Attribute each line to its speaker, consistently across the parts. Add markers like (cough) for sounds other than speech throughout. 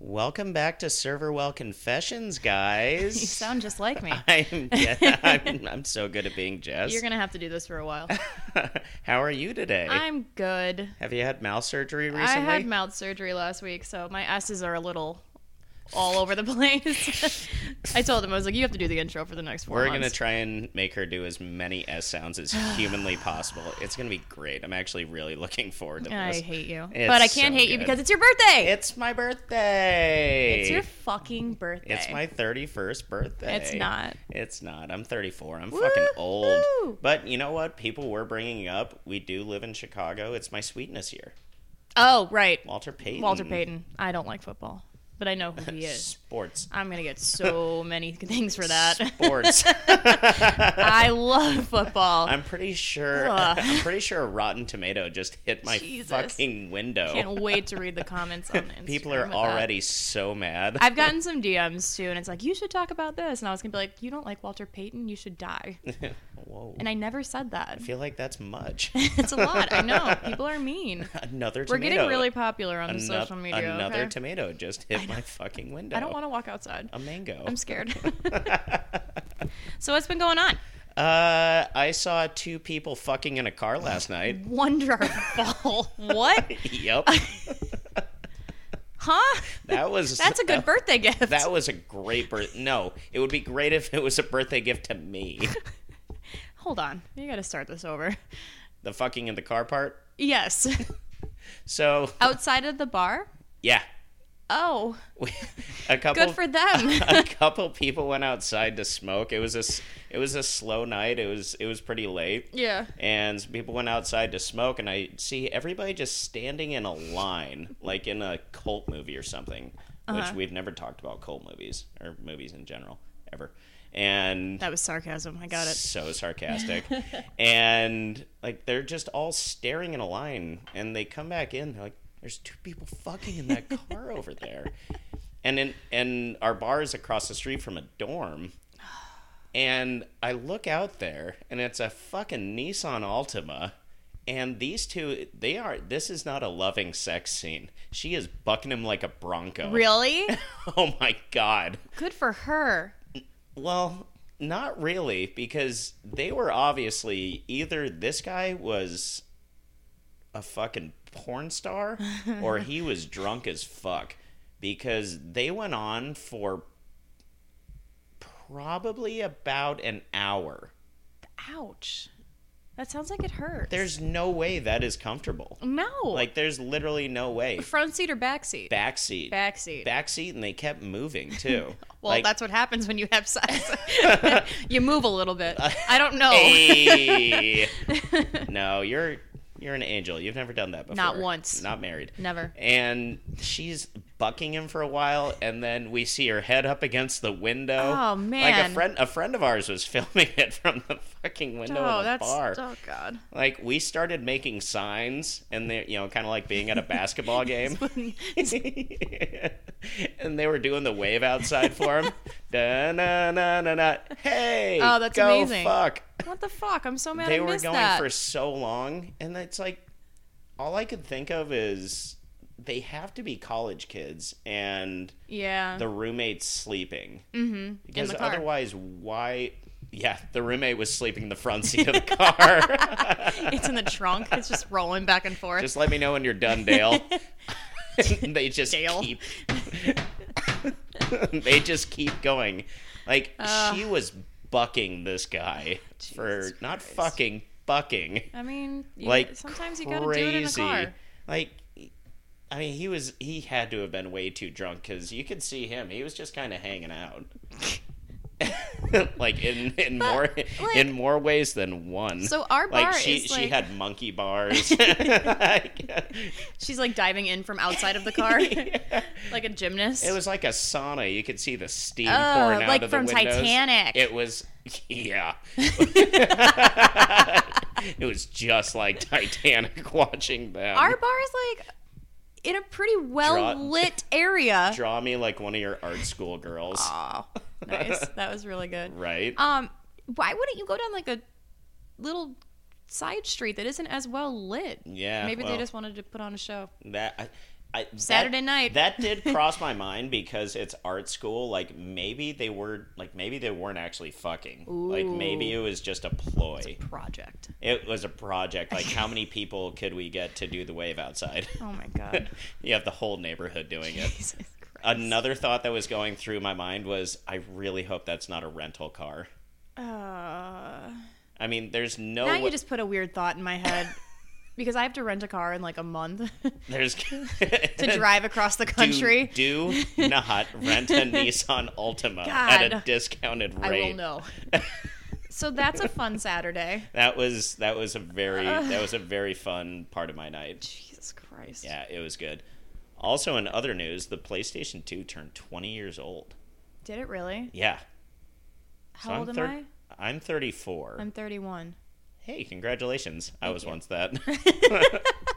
Speaker 1: Welcome back to Serverwell Confessions, guys.
Speaker 2: (laughs) You sound just like
Speaker 1: (laughs)
Speaker 2: me.
Speaker 1: I'm, Je- I'm I'm so good at being Jess.
Speaker 2: You're gonna have to do this for a
Speaker 1: (laughs)
Speaker 2: while.
Speaker 1: How are you today?
Speaker 2: I'm good.
Speaker 1: Have you had mouth surgery recently?
Speaker 2: I had mouth surgery last week, so my S's are a little all over the (laughs) place. (laughs) I told him I was like, "You have to do the intro for the next 4
Speaker 1: We're gonna
Speaker 2: months."
Speaker 1: try and make her do as many S sounds as
Speaker 2: (sighs)
Speaker 1: humanly possible. It's gonna be great. I'm actually really looking forward to
Speaker 2: I
Speaker 1: this.
Speaker 2: hate you,
Speaker 1: It's
Speaker 2: but I can't
Speaker 1: so
Speaker 2: hate you
Speaker 1: good.
Speaker 2: because it's your birthday.
Speaker 1: It's my birthday.
Speaker 2: It's your fucking birthday.
Speaker 1: It's my 31st birthday.
Speaker 2: It's not.
Speaker 1: It's not. I'm 34. I'm fucking old.
Speaker 2: Woohoo!
Speaker 1: But you know what? People were bringing up. We do live in Chicago. It's my sweetness year.
Speaker 2: Oh right,
Speaker 1: Walter Payton. (laughs)
Speaker 2: Walter Payton. I don't like football, but I know who he is.
Speaker 1: Sports.
Speaker 2: I'm gonna
Speaker 1: (laughs)
Speaker 2: get so many things for that.
Speaker 1: Sports.
Speaker 2: (laughs) I love football.
Speaker 1: I'm pretty sure.
Speaker 2: Ugh.
Speaker 1: I'm pretty sure Rotten Tomato just hit my
Speaker 2: Jesus.
Speaker 1: fucking window.
Speaker 2: Can't wait to read the comments on Instagram.
Speaker 1: (laughs) People are
Speaker 2: with that.
Speaker 1: already so mad.
Speaker 2: I've gotten some DMs too, and it's like, you should talk about this. And I was going to be like, you don't like Walter Payton, you should die.
Speaker 1: (laughs) Whoa.
Speaker 2: And I never said that.
Speaker 1: I feel like that's much.
Speaker 2: (laughs) it's a lot. I know. People
Speaker 1: (laughs)
Speaker 2: are mean.
Speaker 1: Another
Speaker 2: We're
Speaker 1: tomato.
Speaker 2: getting really popular on
Speaker 1: Ano-
Speaker 2: social media.
Speaker 1: Another
Speaker 2: okay?
Speaker 1: tomato just hit my fucking window.
Speaker 2: I don't want to walk outside.
Speaker 1: a mango.
Speaker 2: I'm scared. (laughs) so, what's been going on?
Speaker 1: (laughs) Uh, I saw two people fucking in a car last
Speaker 2: (laughs)
Speaker 1: night. (laughs)
Speaker 2: Wonderful. what?
Speaker 1: yep,
Speaker 2: Huh?
Speaker 1: that was
Speaker 2: (laughs) That's a good
Speaker 1: That,
Speaker 2: birthday gift.
Speaker 1: (laughs) that was a great birth. No, it would be great if it was a birthday gift to
Speaker 2: (laughs)
Speaker 1: me.
Speaker 2: Hold on. You got to start this over.
Speaker 1: the fucking in the car part.
Speaker 2: Yes. (laughs)
Speaker 1: So
Speaker 2: outside of the bar?
Speaker 1: yeah, (laughs)
Speaker 2: Oh,
Speaker 1: We- a couple.
Speaker 2: good for them.
Speaker 1: (laughs)
Speaker 2: (laughs)
Speaker 1: a couple people went outside to smoke. It was a s- it was a slow night. It was it was pretty late.
Speaker 2: yeah.
Speaker 1: and some people went outside to smoke and i see everybody just standing in a line like in a cult movie or something which
Speaker 2: Uh-huh.
Speaker 1: we've never talked about cult movies or movies in general ever and
Speaker 2: That was sarcasm. I got it. (laughs)
Speaker 1: so sarcastic and like they're just all staring in a line and they come back in they're like there's two people fucking in that car over there (laughs) and in and our bar is across the street from a dorm and I look out there, and it's a fucking Nissan Altima. And these two, they are. This is not a loving sex scene. She is bucking him like a bronco.
Speaker 2: Really?
Speaker 1: (laughs) Oh my god.
Speaker 2: Good for her.
Speaker 1: Well, not really, because they were obviously either this guy was a fucking porn star or he was drunk as fuck because they went on for probably about an hour.
Speaker 2: Ouch. That sounds like it hurts.
Speaker 1: There's no way that is comfortable.
Speaker 2: no
Speaker 1: Like there's literally no way.
Speaker 2: front seat or back seat.
Speaker 1: Backseat.
Speaker 2: Back seat.
Speaker 1: Backseat and they kept moving too.
Speaker 2: well,
Speaker 1: Like,
Speaker 2: that's what happens when you have
Speaker 1: (laughs)
Speaker 2: sex. (laughs) you move a little bit.
Speaker 1: Uh,
Speaker 2: I don't know. (laughs)
Speaker 1: hey. no, you're you're an angel. You've never done that before.
Speaker 2: Not once.
Speaker 1: Not married.
Speaker 2: Never.
Speaker 1: And she's bucking him for a while and then we see her head up against the window.
Speaker 2: Oh,
Speaker 1: Like a
Speaker 2: man.
Speaker 1: friend a friend of ours was (laughs) filming it from the fucking window
Speaker 2: Oh,
Speaker 1: of the
Speaker 2: that's
Speaker 1: bar.
Speaker 2: oh
Speaker 1: (laughs)
Speaker 2: god.
Speaker 1: Like we started making signs, and they, you know, kind of like being at a basketball
Speaker 2: (laughs)
Speaker 1: game, (laughs) and they were doing the wave outside for
Speaker 2: (laughs)
Speaker 1: him. da na na na na. Hey,
Speaker 2: Oh, that's
Speaker 1: go
Speaker 2: amazing.
Speaker 1: Fuck.
Speaker 2: What the fuck? I'm so mad.
Speaker 1: They
Speaker 2: I
Speaker 1: were
Speaker 2: missed
Speaker 1: going
Speaker 2: that.
Speaker 1: for so long, and it's like all I could think of is they have to be college kids, and
Speaker 2: (laughs) yeah.
Speaker 1: the roommate's sleeping. Mm-hmm. Because
Speaker 2: Uh-huh. the car.
Speaker 1: otherwise, why? Yeah, the roommate was sleeping in the front seat of the car. (laughs)
Speaker 2: (laughs) it's in the trunk. It's just rolling back and forth.
Speaker 1: Just let me know when you're done, Dale. (laughs) And they just
Speaker 2: Dale.
Speaker 1: keep (laughs) they just keep going. Like she was bucking this guy for
Speaker 2: Jesus
Speaker 1: not
Speaker 2: Christ.
Speaker 1: fucking bucking.
Speaker 2: (laughs) I mean, you-
Speaker 1: Like
Speaker 2: sometimes you
Speaker 1: crazy.
Speaker 2: gotta do it in a car.
Speaker 1: Like I mean, he was he had to have been way too drunk cuz you could see him. He was just kind of hanging out. (laughs) like in in more
Speaker 2: like-
Speaker 1: in more ways than one.
Speaker 2: So our
Speaker 1: like
Speaker 2: bar
Speaker 1: she
Speaker 2: is
Speaker 1: she
Speaker 2: like-
Speaker 1: had monkey
Speaker 2: (laughs)
Speaker 1: bars. (laughs) Like-
Speaker 2: She's like diving in from outside of
Speaker 1: (laughs)
Speaker 2: the car, (laughs) like a gymnast.
Speaker 1: It was like a sauna. You could see the steam
Speaker 2: Oh,
Speaker 1: pouring out
Speaker 2: like
Speaker 1: of the
Speaker 2: from
Speaker 1: windows.
Speaker 2: Titanic.
Speaker 1: It was,
Speaker 2: (laughs)
Speaker 1: yeah. (laughs) it was just like Titanic (laughs) watching them.
Speaker 2: our bar is like in a pretty well
Speaker 1: Draw-
Speaker 2: lit area.
Speaker 1: Draw me like one of your art school girls,
Speaker 2: Aw, nice. That was really good.
Speaker 1: right?
Speaker 2: Um, why wouldn't you go down like a little side street that isn't as well lit?
Speaker 1: Yeah,
Speaker 2: Maybe
Speaker 1: well.
Speaker 2: they just wanted to put on a show.
Speaker 1: that I, I, that-
Speaker 2: Saturday night.
Speaker 1: That
Speaker 2: (laughs)
Speaker 1: did cross my mind because it's art school. Like maybe they were like maybe they weren't actually fucking. Like
Speaker 2: Ooh.
Speaker 1: maybe it was just a ploy.
Speaker 2: project.
Speaker 1: It was a project. Like how many people could we get to do the wave outside? (laughs)
Speaker 2: Oh my god.
Speaker 1: you have the whole neighborhood doing it.
Speaker 2: Jesus Christ.
Speaker 1: Another thought that was going through my mind was I really hope that's not a rental car.
Speaker 2: Uh,
Speaker 1: I mean, there's no
Speaker 2: now
Speaker 1: wa-
Speaker 2: you just put a weird thought in my head because I have to rent a car in like a month (laughs)
Speaker 1: there's
Speaker 2: to drive across the country.
Speaker 1: Do,
Speaker 2: (laughs)
Speaker 1: do not rent a Nissan Altima at a
Speaker 2: God.
Speaker 1: discounted
Speaker 2: I
Speaker 1: rate.
Speaker 2: will know. so that's a fun Saturday.
Speaker 1: (laughs) That was that was a very that was a very fun part of my night.
Speaker 2: Jesus Christ.
Speaker 1: Yeah, it was good. Also, in other news, the PlayStation 2 turned 20 years old.
Speaker 2: Did it really?
Speaker 1: Yeah.
Speaker 2: How old am
Speaker 1: thir-
Speaker 2: I?
Speaker 1: I'm 34.
Speaker 2: I'm 31.
Speaker 1: Hey, congratulations. I was once that.
Speaker 2: (laughs)
Speaker 1: (laughs)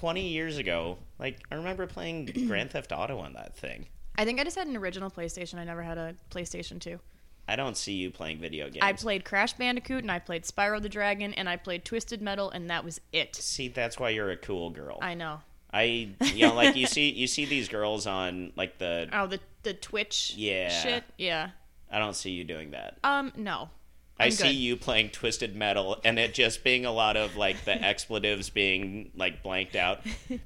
Speaker 1: 20 years ago, like, I remember playing
Speaker 2: (clears throat)
Speaker 1: Grand Theft Auto on that thing.
Speaker 2: I think I just had an original PlayStation. I never had a PlayStation 2.
Speaker 1: I don't see you playing video games.
Speaker 2: I played Crash Bandicoot and I played Spyro the Dragon and I played Twisted Metal and that was it.
Speaker 1: see, that's why you're a cool girl. I,
Speaker 2: I know.
Speaker 1: you know, like, you see, you see these girls on, like, the.
Speaker 2: Oh, the the Twitch
Speaker 1: Yeah.
Speaker 2: shit. Yeah.
Speaker 1: I don't see you doing that.
Speaker 2: Um, no.
Speaker 1: i
Speaker 2: I'm
Speaker 1: see
Speaker 2: good.
Speaker 1: you playing Twisted Metal and it just being a lot of, like, the expletives being, like, blanked out.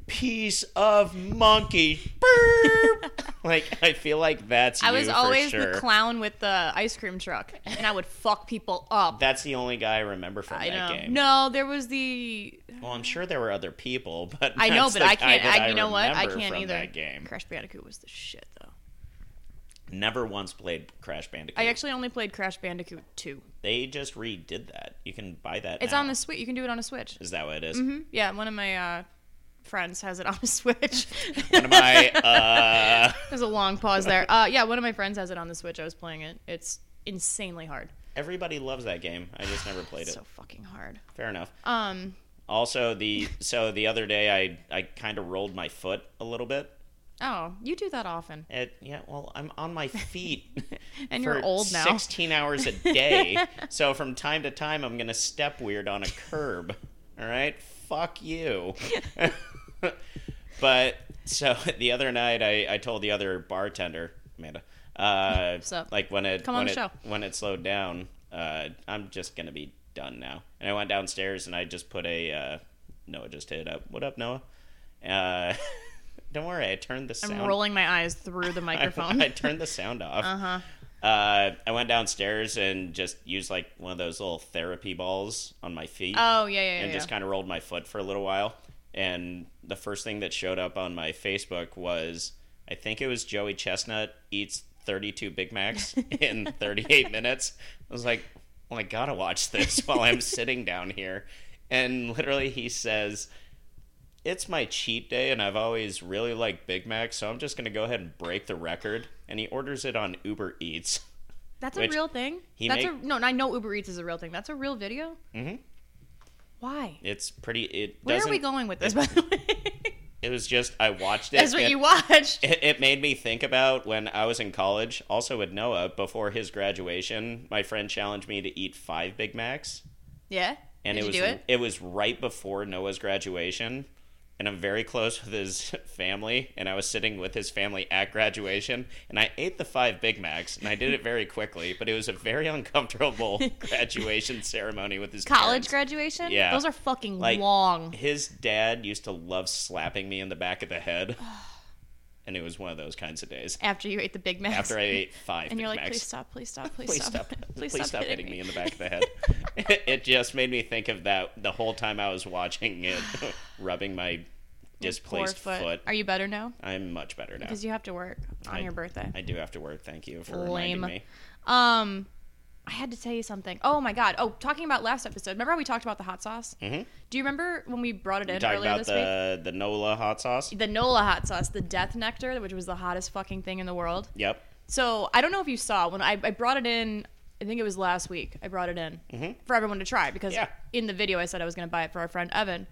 Speaker 1: Piece of monkey. Burp. like, I feel like that's
Speaker 2: I was
Speaker 1: you for
Speaker 2: always
Speaker 1: sure.
Speaker 2: the clown with the ice cream truck, and I would fuck people up.
Speaker 1: That's the only guy I remember from (laughs)
Speaker 2: I
Speaker 1: that
Speaker 2: know.
Speaker 1: game.
Speaker 2: No, there was
Speaker 1: (laughs)
Speaker 2: the
Speaker 1: Well, I'm sure there were other people, but
Speaker 2: I know,
Speaker 1: that's
Speaker 2: but
Speaker 1: the
Speaker 2: I
Speaker 1: guy
Speaker 2: can't.
Speaker 1: that
Speaker 2: I, you know what? I
Speaker 1: remember
Speaker 2: can't
Speaker 1: from
Speaker 2: either.
Speaker 1: That game.
Speaker 2: Crash Bandicoot was the shit, though.
Speaker 1: Never once played Crash Bandicoot.
Speaker 2: I actually only played Crash Bandicoot two.
Speaker 1: they just redid that. You can buy that.
Speaker 2: It's
Speaker 1: now.
Speaker 2: on the Switch. You can do it on a Switch.
Speaker 1: Is that what it is?
Speaker 2: Mhm. Yeah, one of my uh, friends has it on the (laughs) Switch.
Speaker 1: One of
Speaker 2: (laughs)
Speaker 1: my. Uh,
Speaker 2: There's a long pause there. Uh, yeah, one of my friends has it on the Switch. I was playing it. It's insanely hard.
Speaker 1: everybody loves that game. I just never played it.
Speaker 2: So fucking hard.
Speaker 1: Fair enough.
Speaker 2: Um.
Speaker 1: Also, the so the other day I I kind of rolled my foot a little bit.
Speaker 2: Oh, you do that often.
Speaker 1: It, yeah, well, I'm on my feet.
Speaker 2: (laughs) And
Speaker 1: for
Speaker 2: you're old now.
Speaker 1: 16 hours a
Speaker 2: (laughs)
Speaker 1: day. so from time to time, I'm going to step weird on a curb. All right? Fuck you. (laughs) but so (laughs) the other night, I, I told the other bartender, Amanda, uh,
Speaker 2: What's up?
Speaker 1: like when it,
Speaker 2: Come
Speaker 1: when,
Speaker 2: on
Speaker 1: it
Speaker 2: the show.
Speaker 1: when it slowed down, uh, I'm just going to be done now. And I went downstairs and I just put a, uh, Noah just hit up. What up, Noah? Uh, (laughs) don't worry, I turned the
Speaker 2: I'm
Speaker 1: sound
Speaker 2: rolling my eyes through the microphone.
Speaker 1: (laughs) I, I turned the sound off.
Speaker 2: Uh-huh.
Speaker 1: Uh, I went downstairs and just used like one of those little therapy balls on my feet
Speaker 2: (laughs) oh yeah, yeah, yeah.
Speaker 1: and
Speaker 2: yeah.
Speaker 1: just kind of rolled my foot for a little while. And the first thing that showed up on my Facebook was I think it was Joey Chestnut eats 32 Big
Speaker 2: (laughs)
Speaker 1: Macs in 38 minutes. I was like, well, I gotta watch this (laughs) while I'm sitting down here. And literally, he says, it's my cheat day and I've always really liked Big Macs, so I'm just going to go ahead and break the record. And he orders it on Uber Eats.
Speaker 2: That's
Speaker 1: which
Speaker 2: a real thing.
Speaker 1: he
Speaker 2: That's
Speaker 1: make-
Speaker 2: a no. and I know Uber Eats is a real thing. That's a real video.
Speaker 1: Mhm.
Speaker 2: Why?
Speaker 1: It's pretty. It
Speaker 2: Where
Speaker 1: doesn't.
Speaker 2: are we going with this? By the way, (laughs)
Speaker 1: It was just I watched it.
Speaker 2: that's what
Speaker 1: and
Speaker 2: you watched.
Speaker 1: It, it made me think about when I was in college, also with Noah, before his graduation. My friend challenged me to eat five Big Macs,
Speaker 2: Yeah.
Speaker 1: and
Speaker 2: Did
Speaker 1: it was
Speaker 2: you do it?
Speaker 1: was right before Noah's graduation. And I'm very close with his (laughs) family, and I was sitting with his family at graduation, and I ate the five Big Macs, and I did it very quickly, but it was a very (laughs) uncomfortable
Speaker 2: (laughs)
Speaker 1: graduation ceremony with his
Speaker 2: College
Speaker 1: parents.
Speaker 2: graduation.
Speaker 1: Yeah.
Speaker 2: Those are fucking
Speaker 1: Like-
Speaker 2: long.
Speaker 1: His dad used to love slapping me in the back of the
Speaker 2: (sighs)
Speaker 1: head, and it was one of those kinds of days.
Speaker 2: After you ate the Big Macs.
Speaker 1: After I ate five,
Speaker 2: and you're
Speaker 1: Big
Speaker 2: like, please
Speaker 1: Macs.
Speaker 2: stop,
Speaker 1: (laughs)
Speaker 2: please stop, (laughs) please,
Speaker 1: please
Speaker 2: stop,
Speaker 1: stop, please stop, hitting me in the back of the head. (laughs) it just made me think of that the whole time I was watching
Speaker 2: (sighs)
Speaker 1: it, rubbing my displaced
Speaker 2: Poor
Speaker 1: foot.
Speaker 2: foot. Are you better now?
Speaker 1: I'm much better now.
Speaker 2: Because you have to work on
Speaker 1: I-
Speaker 2: your birthday.
Speaker 1: I do have to work. Thank you for reminding
Speaker 2: Lame.
Speaker 1: me.
Speaker 2: Um, I had to tell you something. Oh my god! Oh, talking about last episode. Remember how we talked about the hot sauce? Mm-hmm. Do you remember when we brought it in
Speaker 1: Talk
Speaker 2: earlier
Speaker 1: about
Speaker 2: this week?
Speaker 1: the the Nola hot sauce.
Speaker 2: The Nola hot sauce, the death nectar, which was the hottest fucking thing in the world.
Speaker 1: Yep.
Speaker 2: So I don't know if you saw when I, I brought it in. I think it was last week. I brought it in for everyone to try because
Speaker 1: Mm-hmm. Yeah.
Speaker 2: in the video I said I was going to buy it for our friend Evan.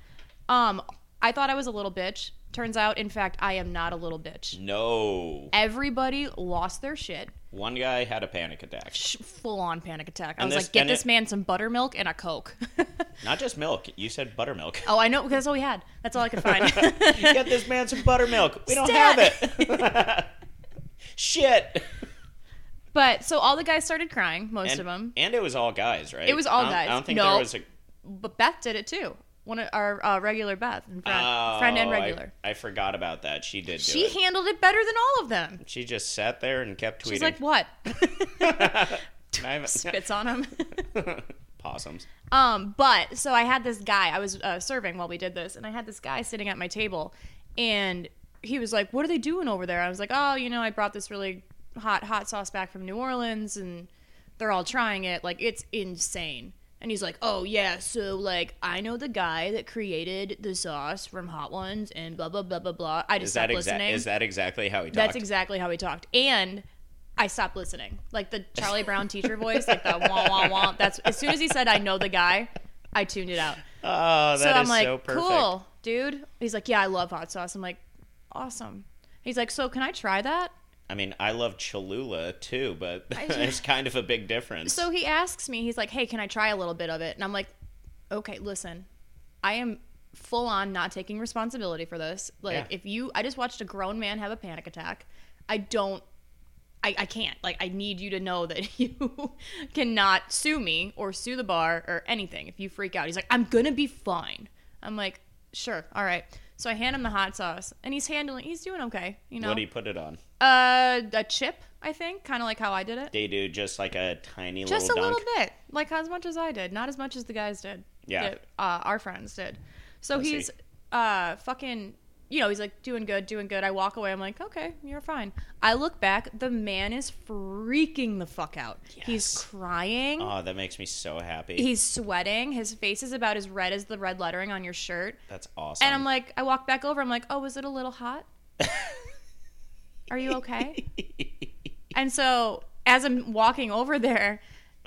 Speaker 2: Um, I thought I was a little bitch. Turns out, in fact, I am not a little bitch.
Speaker 1: No.
Speaker 2: Everybody lost their shit.
Speaker 1: One guy had a panic attack.
Speaker 2: Full on panic attack. I
Speaker 1: And
Speaker 2: was
Speaker 1: this-
Speaker 2: like, get
Speaker 1: and
Speaker 2: this
Speaker 1: it-
Speaker 2: man some buttermilk and a Coke. (laughs)
Speaker 1: Not just milk. You said buttermilk.
Speaker 2: oh, I know, because that's all we had. That's all I could find.
Speaker 1: (laughs)
Speaker 2: (laughs)
Speaker 1: Get this man some buttermilk. We don't
Speaker 2: Stat.
Speaker 1: have it. (laughs) Shit.
Speaker 2: but so all the guys started crying, most
Speaker 1: And,
Speaker 2: of them.
Speaker 1: and it was all guys, right?
Speaker 2: It was all
Speaker 1: I don't-
Speaker 2: guys.
Speaker 1: I don't think
Speaker 2: No.
Speaker 1: there was a
Speaker 2: But Beth did it too. One of our uh, regular Beth, and friend, friend and
Speaker 1: Oh, I-
Speaker 2: regular.
Speaker 1: I, forgot about that. She did. do
Speaker 2: she
Speaker 1: it.
Speaker 2: handled it better than all of them.
Speaker 1: She just sat there and kept tweeting.
Speaker 2: She's like, what? (laughs)
Speaker 1: (laughs) I'm-
Speaker 2: Spits on him.
Speaker 1: Possums.
Speaker 2: Um, but so I had this guy. I was uh, serving while we did this, and I had this guy sitting at my table, and he was like, "What are they doing over there?" I was like, "Oh, you know, I brought this really hot hot sauce back from New Orleans, and they're all trying it. Like, it's insane." And he's like, "Oh yeah, so like I know the guy that created the sauce from Hot Ones, and blah blah blah blah blah." I just
Speaker 1: Is that
Speaker 2: stopped
Speaker 1: exact?
Speaker 2: listening.
Speaker 1: Is that exactly how he talked?
Speaker 2: That's exactly how he talked, and. I stopped listening.
Speaker 1: (laughs)
Speaker 2: Like the Charlie Brown teacher voice, like the wah wah wah. That's as soon as he said, "I know the guy," I tuned it out
Speaker 1: Oh, that is
Speaker 2: so I'm like,
Speaker 1: so perfect.
Speaker 2: cool, dude. He's like, yeah, I love hot sauce. I'm like, awesome. He's like, so can I try that?
Speaker 1: I mean, I love Cholula too, but (laughs)
Speaker 2: I-
Speaker 1: there's kind of a big difference.
Speaker 2: So he asks me, he's like, hey, can I try a little bit of it? And I'm like, okay, listen, I am full on not taking responsibility for this. Like,
Speaker 1: Yeah.
Speaker 2: if you, I just watched a grown man have a panic attack. I don't. I, I can't. Like, I need you to know that (laughs) you cannot sue me or sue the bar or anything if you freak out. He's like, I'm going to be fine. I'm like, sure. All right. So I hand him the hot sauce and he's handling, he's doing okay. You know,
Speaker 1: What do you put it on?
Speaker 2: uh, a chip, I think, kind of like how I did it.
Speaker 1: They do just like a tiny
Speaker 2: Just
Speaker 1: little
Speaker 2: a
Speaker 1: dunk.
Speaker 2: little bit, like as much as I did, not as much as the guys did.
Speaker 1: Yeah.
Speaker 2: that, uh, our friends did. So
Speaker 1: Pussy.
Speaker 2: he's uh, fucking, you know, he's like doing good, doing good. I walk away. I'm like, okay, you're fine. I look back. The man is freaking the fuck out. He's
Speaker 1: Yes.
Speaker 2: crying.
Speaker 1: Oh, that makes me so happy.
Speaker 2: He's sweating. His face is about as red as the red lettering on your shirt.
Speaker 1: That's awesome.
Speaker 2: And I'm like, I walk back over. I'm like, oh, was it a
Speaker 1: (laughs)
Speaker 2: little hot? Are you okay? (laughs) and so as I'm walking over there,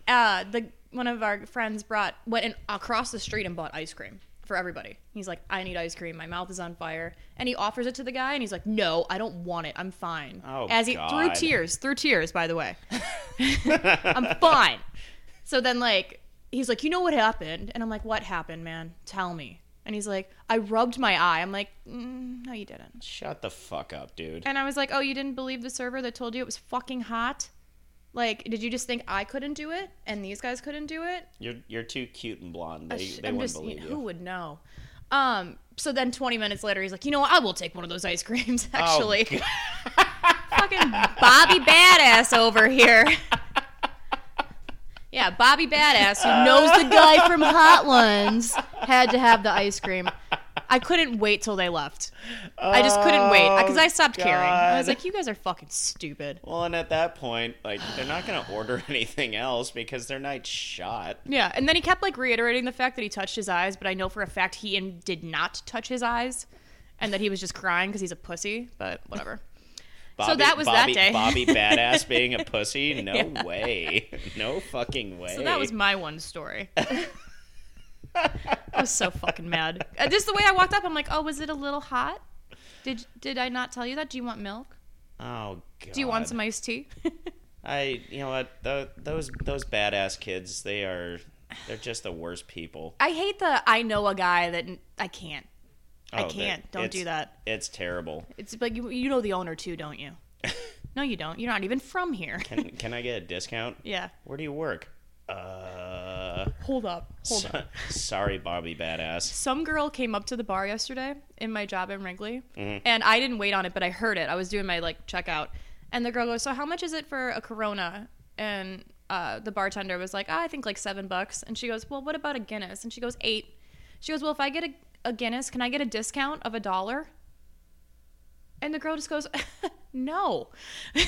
Speaker 2: uh, the one of our friends brought went in, across the street and bought ice cream for everybody. He's like, I need ice cream. My mouth is on fire. And he offers it to the guy, and he's like, No, I don't want it. I'm fine.
Speaker 1: Oh,
Speaker 2: as he through
Speaker 1: God.
Speaker 2: tears, through tears, by
Speaker 1: (laughs)
Speaker 2: the way. (laughs) I'm fine. So then, like, he's like, You know what happened? And I'm like, What happened, man? Tell me. And he's like, I rubbed my eye. I'm like, mm, No, you didn't.
Speaker 1: Shut the fuck up, dude.
Speaker 2: And I was like, Oh, you didn't believe the server that told you it was fucking hot? Like, did you just think I couldn't do it and these guys couldn't do it?
Speaker 1: You're you're too cute and blonde. They,
Speaker 2: Sh-
Speaker 1: they wouldn't believe
Speaker 2: who
Speaker 1: you.
Speaker 2: would know? Um, so then 20 minutes later, he's like, you know what? I will take one of those ice creams, (laughs)
Speaker 1: Oh,
Speaker 2: actually.
Speaker 1: God.
Speaker 2: Fucking Bobby Badass over here. (laughs) Yeah, Bobby Badass, who knows the guy from Hot Ones, had to have the ice cream. I couldn't wait till they left. I just couldn't wait because I stopped caring. I was
Speaker 1: Oh, God.
Speaker 2: like, you guys are fucking stupid.
Speaker 1: Well, and at that point, like they're not gonna order (laughs) anything else because they're not shot.
Speaker 2: Yeah, and then he kept like reiterating the fact that he touched his eyes, but I know for a fact he in- did not touch his eyes, and that he was just crying because he's a pussy. But whatever.
Speaker 1: Bobby,
Speaker 2: that was that
Speaker 1: Bobby,
Speaker 2: day. (laughs)
Speaker 1: Bobby badass being a pussy? No way. (laughs) No fucking way.
Speaker 2: So that was my
Speaker 1: (laughs)
Speaker 2: one story. I was so fucking mad. Uh, Just the way I walked up, I'm like, "Oh, was it a little hot? Did did I not tell you that? Do you want milk?
Speaker 1: Oh god.
Speaker 2: Do you want some iced tea?" (laughs)
Speaker 1: I you know what tho- those those badass kids they are they're just the worst people.
Speaker 2: I hate the I know a guy that n- I can't. I
Speaker 1: Oh, they-
Speaker 2: can't. Don't
Speaker 1: it's-
Speaker 2: do that.
Speaker 1: It's terrible.
Speaker 2: It's like you, you know the owner too, don't
Speaker 1: (laughs)
Speaker 2: you? No, you don't. You're not even from here.
Speaker 1: Can
Speaker 2: (laughs)
Speaker 1: can I get a discount?
Speaker 2: yeah.
Speaker 1: Where do you work? Uh,
Speaker 2: Hold up. Hold up.
Speaker 1: so- (laughs) sorry, Bobby Badass.
Speaker 2: some girl came up to the bar yesterday in my job in Wrigley, and I didn't wait on it, but I heard it. I was doing my like checkout, and the girl goes, "So how much is it for a Corona?" And uh, the bartender was like, ah, "I think like seven bucks." And she goes, "Well, what about a Guinness?" And she goes, eight. She goes, "Well, if I get a, a Guinness, can I get a discount of a dollar?" And the girl just goes, (laughs) "No,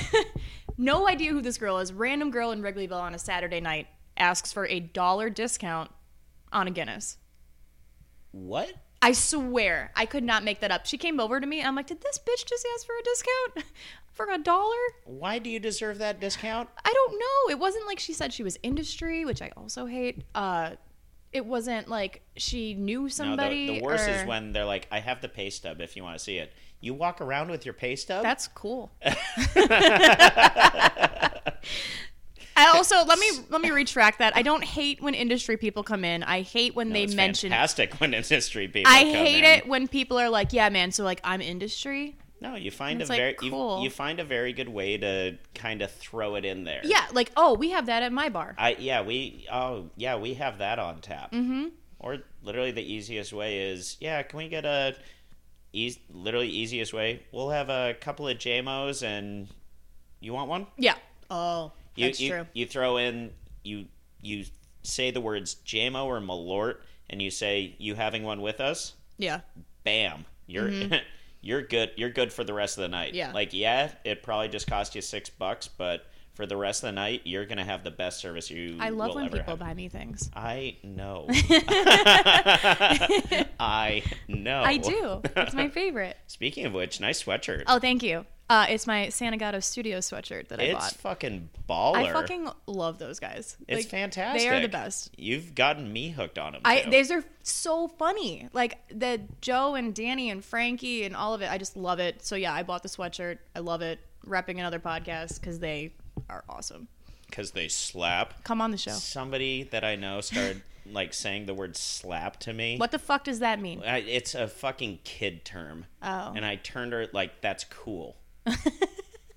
Speaker 2: (laughs) no idea who this girl is. Random girl in Wrigleyville on a Saturday night asks for a dollar discount on a Guinness."
Speaker 1: What?
Speaker 2: I swear, I could not make that up. She came over to me, and I'm like, "Did this bitch just ask for a discount (laughs) for a dollar?"
Speaker 1: Why do you deserve that discount?
Speaker 2: I don't know. It wasn't like she said she was industry, which I also hate. Uh, it wasn't like she knew
Speaker 1: No,
Speaker 2: somebody.
Speaker 1: the, the worst is
Speaker 2: or- (laughs)
Speaker 1: when they're like, "I have the pay stub. If you want to see (laughs) it, you walk around with your pay stub."
Speaker 2: that's cool. I also let me let me retract that. I don't hate when industry people come in. I hate when they
Speaker 1: it's
Speaker 2: mention.
Speaker 1: fantastic when industry people.
Speaker 2: I
Speaker 1: come
Speaker 2: hate
Speaker 1: in.
Speaker 2: it when people are like, "Yeah, man." So like, I'm industry.
Speaker 1: No, you find a
Speaker 2: And it's, like,
Speaker 1: very you-
Speaker 2: cool.
Speaker 1: you, find a very good way to kind of throw it in there.
Speaker 2: Yeah, like, oh, we have that at my bar.
Speaker 1: I yeah we oh yeah we have that on tap. Mm-hmm. Or literally the easiest way is yeah can we get a eas literally easiest way we'll have a couple of JMOs and you want one
Speaker 2: Yeah. Oh,
Speaker 1: you
Speaker 2: that's
Speaker 1: you,
Speaker 2: true.
Speaker 1: you throw in you you say the words JMO or Malort and you say you having one with us
Speaker 2: Yeah.
Speaker 1: bam you're (laughs) you're good you're good for the rest of the night
Speaker 2: Mm-hmm. Yeah.
Speaker 1: like yeah it probably just cost you six bucks but for the rest of the night you're gonna have the best service you
Speaker 2: I love
Speaker 1: will
Speaker 2: when
Speaker 1: ever
Speaker 2: people
Speaker 1: have.
Speaker 2: buy me things.
Speaker 1: i
Speaker 2: (laughs)
Speaker 1: know (laughs) i know
Speaker 2: I
Speaker 1: Oh.
Speaker 2: do.
Speaker 1: (laughs)
Speaker 2: It's my favorite.
Speaker 1: speaking of which nice sweatshirt
Speaker 2: Oh, thank you. Uh, it's my Santa Gato Studio sweatshirt that I
Speaker 1: it's
Speaker 2: bought.
Speaker 1: fucking baller
Speaker 2: I fucking love those guys.
Speaker 1: it's
Speaker 2: Like,
Speaker 1: fantastic
Speaker 2: They are the best.
Speaker 1: you've gotten me hooked on them
Speaker 2: I these are so funny. Like the Joe and Danny and Frankie and all of it. I just love it. So yeah, I bought the sweatshirt. I love it. Repping another podcast because they are awesome.
Speaker 1: because they slap
Speaker 2: Come on the show.
Speaker 1: somebody that i know
Speaker 2: (laughs)
Speaker 1: started like saying the word slap to me
Speaker 2: What the fuck does that mean?
Speaker 1: I, it's a fucking kid term.
Speaker 2: Oh.
Speaker 1: And I turned her like, that's cool.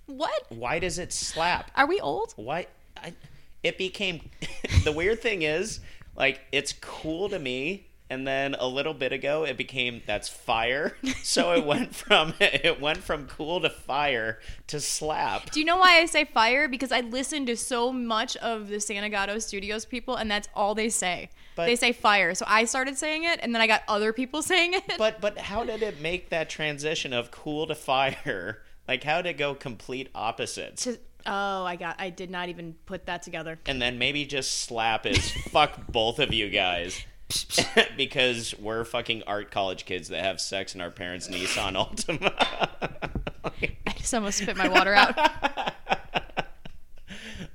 Speaker 2: What?
Speaker 1: Why does it slap?
Speaker 2: Are we old?
Speaker 1: Why? I, it became. (laughs) the weird thing is, like, it's cool to me. And then a little bit ago, it became that's fire. (laughs) So it went from (laughs) it went from cool to fire to slap.
Speaker 2: Do you know why I say fire? Because I listen to so much of the Santa Gato Studios people, and that's all they say.
Speaker 1: But-
Speaker 2: they say fire. So I started saying it, and then I got other people (laughs) saying it.
Speaker 1: But but how did it make that transition of cool to fire? Like how did it go complete opposites?
Speaker 2: To- oh, I got. I did not even put that together.
Speaker 1: and then maybe just slap
Speaker 2: (laughs)
Speaker 1: is fuck both of you guys (laughs) because we're fucking art college kids that have sex in our parents' (laughs) Nissan Altima.
Speaker 2: I just almost spit my
Speaker 1: (laughs)
Speaker 2: water out.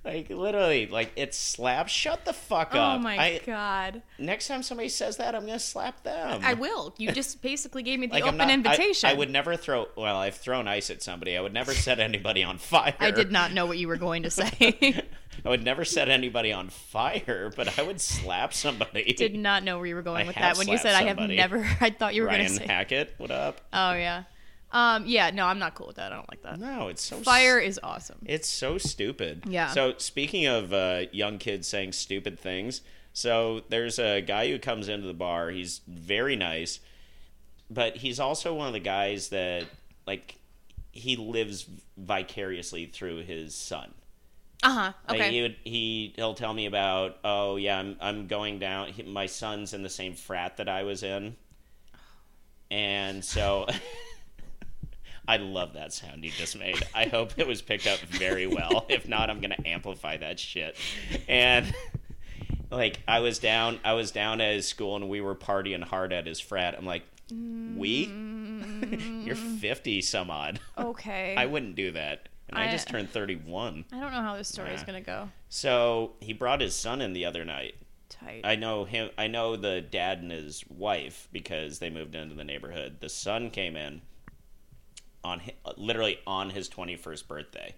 Speaker 1: like literally, like it's slap. Shut the fuck
Speaker 2: oh
Speaker 1: up.
Speaker 2: my
Speaker 1: I,
Speaker 2: god.
Speaker 1: Next time somebody says that, I'm gonna slap them.
Speaker 2: I will. You just basically gave me the
Speaker 1: Like, I'm
Speaker 2: open
Speaker 1: not- I-
Speaker 2: invitation.
Speaker 1: I, would never throw. Well, I've thrown ice at somebody. I would never set anybody on fire.
Speaker 2: I did not know what you were going to say.
Speaker 1: (laughs)
Speaker 2: (laughs)
Speaker 1: I would never set anybody on fire, but I would slap
Speaker 2: (laughs)
Speaker 1: somebody.
Speaker 2: did not know where you were going
Speaker 1: I
Speaker 2: with
Speaker 1: have
Speaker 2: that when you
Speaker 1: slapped
Speaker 2: said
Speaker 1: somebody.
Speaker 2: I have never. (laughs) I thought you were going to
Speaker 1: Ryan
Speaker 2: say.
Speaker 1: Hackett? What up?
Speaker 2: Oh yeah. Um. Yeah. No, I'm not cool with that. I don't like that.
Speaker 1: No, it's so
Speaker 2: Fire is awesome.
Speaker 1: It's so stupid.
Speaker 2: Yeah.
Speaker 1: So speaking of uh, young kids saying stupid things, so there's a guy who comes into the bar. He's very nice, but he's also one of the guys that like he lives vicariously through his son.
Speaker 2: Uh huh.
Speaker 1: Like,
Speaker 2: Okay.
Speaker 1: he would he he'll tell me about oh yeah I'm I'm going down. He, my son's in the same frat that I was in, and so. (laughs) I love that sound you just made. I hope it was picked up very well. (laughs) If not, I'm gonna amplify that shit. And (laughs) like I was down, I was down at his school, and we were partying hard at his frat. I'm like, we, (laughs) you're fifty some odd.
Speaker 2: okay.
Speaker 1: I wouldn't do that. And I
Speaker 2: I-
Speaker 1: just turned thirty one.
Speaker 2: I don't know how this story is
Speaker 1: Nah.
Speaker 2: gonna go.
Speaker 1: So he brought his son in the other night.
Speaker 2: Tight.
Speaker 1: I know him. I know the dad and his wife because they moved into the neighborhood. The son came in on hi- literally on his twenty first birthday,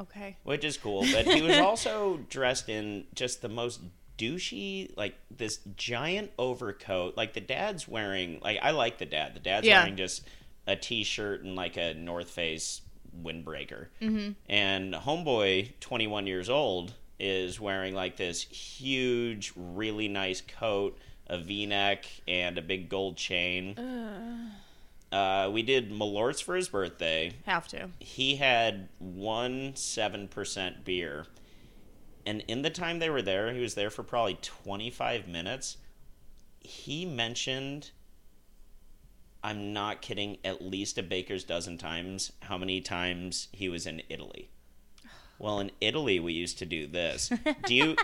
Speaker 2: okay.
Speaker 1: which is cool. But he was also dressed in just the most douchey, like this giant overcoat. Like the dad's wearing. Like I like the dad. The dad's
Speaker 2: Yeah.
Speaker 1: wearing just a t shirt and like a North Face windbreaker. And homeboy, twenty one years old, is wearing like this huge, really nice coat, a V neck, and a big gold chain. Uh, we did Malort's for his birthday
Speaker 2: Have to.
Speaker 1: he had one seven percent beer, and in the time they were there, he was there for probably twenty five minutes. He mentioned, I'm not kidding, at least a baker's dozen times how many times he was in Italy. Well, in Italy, we used to do this. Do you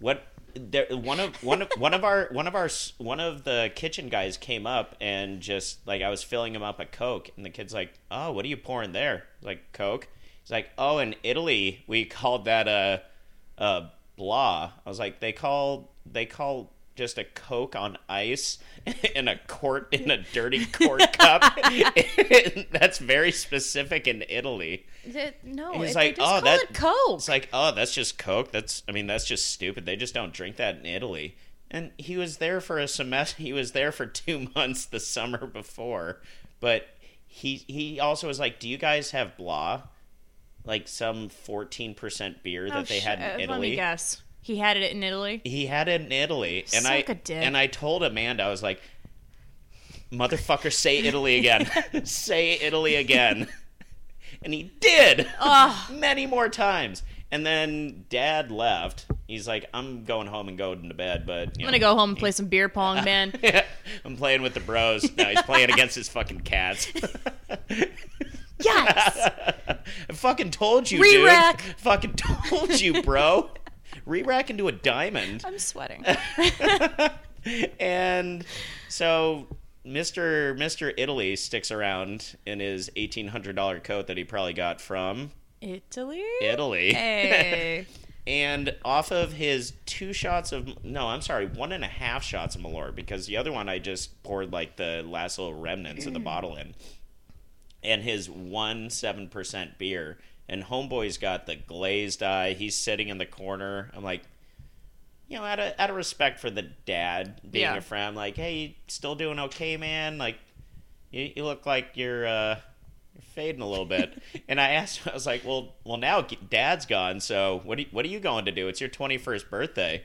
Speaker 1: what? There, one of one of one of our one of our s- one of the kitchen guys came up and just like I was filling him up a coke, and the kid's like, "Oh, what are you pouring there?" Like coke. He's like, "Oh, in (laughs) Italy, we called that a a blah." I was like, "They call they call just a Coke on ice (laughs) in a quart in a dirty quart cup. (laughs) that's very specific in Italy.
Speaker 2: Th- no,
Speaker 1: He's
Speaker 2: it's
Speaker 1: like,
Speaker 2: like, just
Speaker 1: "Oh,
Speaker 2: call
Speaker 1: that-
Speaker 2: it Coke.
Speaker 1: It's like, oh, that's just Coke. That's I mean, that's just stupid. They just don't drink that in Italy. And he was there for a semester. (laughs) He was there for two (laughs) months the summer before, but he he also was like, do you guys have blah? Like some fourteen percent beer that
Speaker 2: Oh,
Speaker 1: they had
Speaker 2: shit.
Speaker 1: in
Speaker 2: Let me
Speaker 1: Italy.
Speaker 2: guess. He had it in Italy.
Speaker 1: He had it in Italy, and I
Speaker 2: Suck a dick.
Speaker 1: and I told Amanda, I was like, "Motherfucker, say Italy
Speaker 2: (laughs)
Speaker 1: again, say Italy again," and he did
Speaker 2: Ugh.
Speaker 1: many more times. And then Dad left. He's like, "I'm going home and going to bed," but you
Speaker 2: I'm gonna go home and play some beer pong, man.
Speaker 1: (laughs) I'm playing with the bros. No, he's playing against his fucking cats.
Speaker 2: (laughs) yes.
Speaker 1: I fucking told you,
Speaker 2: Re-rack.
Speaker 1: dude. Fucking told you, bro. Re-rack into a diamond. (laughs)
Speaker 2: I'm sweating.
Speaker 1: and so Mr. Mr. Italy sticks around in his eighteen hundred dollar coat that he probably got from
Speaker 2: Italy.
Speaker 1: Italy. (laughs)
Speaker 2: Hey.
Speaker 1: and off of his two shots of no, I'm sorry, one and a half shots of Malort because the other one I just poured like the last little remnants of the bottle in, and his one seven percent beer. And homeboy's got the glazed eye. He's sitting in the corner. I'm like, you know, out of out of respect for the dad being
Speaker 2: Yeah.
Speaker 1: a friend, like, hey, you still doing okay, man? Like, you, you look like you're uh, you're fading a little
Speaker 2: (laughs)
Speaker 1: bit. and I asked, I was like, well, well, now dad's gone, so what are, what are you going to do? It's your 21st birthday.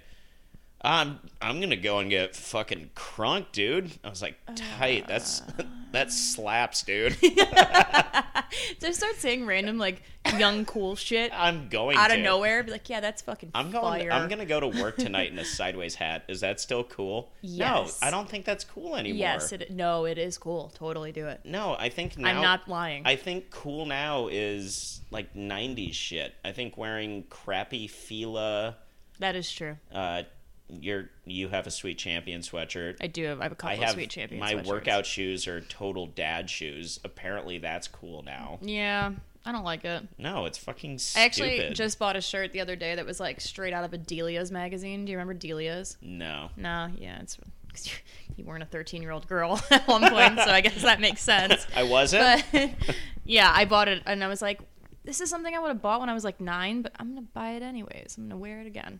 Speaker 1: I'm I'm gonna go and get fucking crunk, dude. I was like, tight. That's (laughs) that slaps, dude. (laughs)
Speaker 2: Just start saying random like young cool shit
Speaker 1: I'm going
Speaker 2: out
Speaker 1: to.
Speaker 2: of nowhere. Be like, yeah, that's fucking
Speaker 1: I'm going.
Speaker 2: fire.
Speaker 1: I'm gonna go to
Speaker 2: (laughs)
Speaker 1: work tonight in a sideways hat. Is that still cool?
Speaker 2: Yes.
Speaker 1: No, I don't think that's cool anymore.
Speaker 2: Yes. It, no, it is cool. Totally do it.
Speaker 1: No, I think now
Speaker 2: I'm not lying.
Speaker 1: I think cool now is like '90s shit. I think wearing crappy Fila.
Speaker 2: that is true.
Speaker 1: Uh, you're you have a sweet champion sweatshirt.
Speaker 2: I do. have- I have
Speaker 1: I
Speaker 2: a couple of
Speaker 1: have
Speaker 2: sweet champions.
Speaker 1: my
Speaker 2: sweatshirts.
Speaker 1: workout shoes are total dad shoes. Apparently, that's cool now.
Speaker 2: Yeah, I don't like it.
Speaker 1: No, it's fucking stupid.
Speaker 2: I actually just bought a shirt the other day that was like straight out of a Delia's magazine. Do you remember Delia's?
Speaker 1: no.
Speaker 2: No, yeah, it's (laughs) 'cause you, you weren't a 13 year old girl (laughs) at one point, so I guess that
Speaker 1: (laughs)
Speaker 2: makes sense.
Speaker 1: I wasn't.
Speaker 2: But (laughs) yeah, I bought it and I was like, this is something I would have bought when I was like nine, but I'm gonna buy it anyways. I'm gonna wear it again.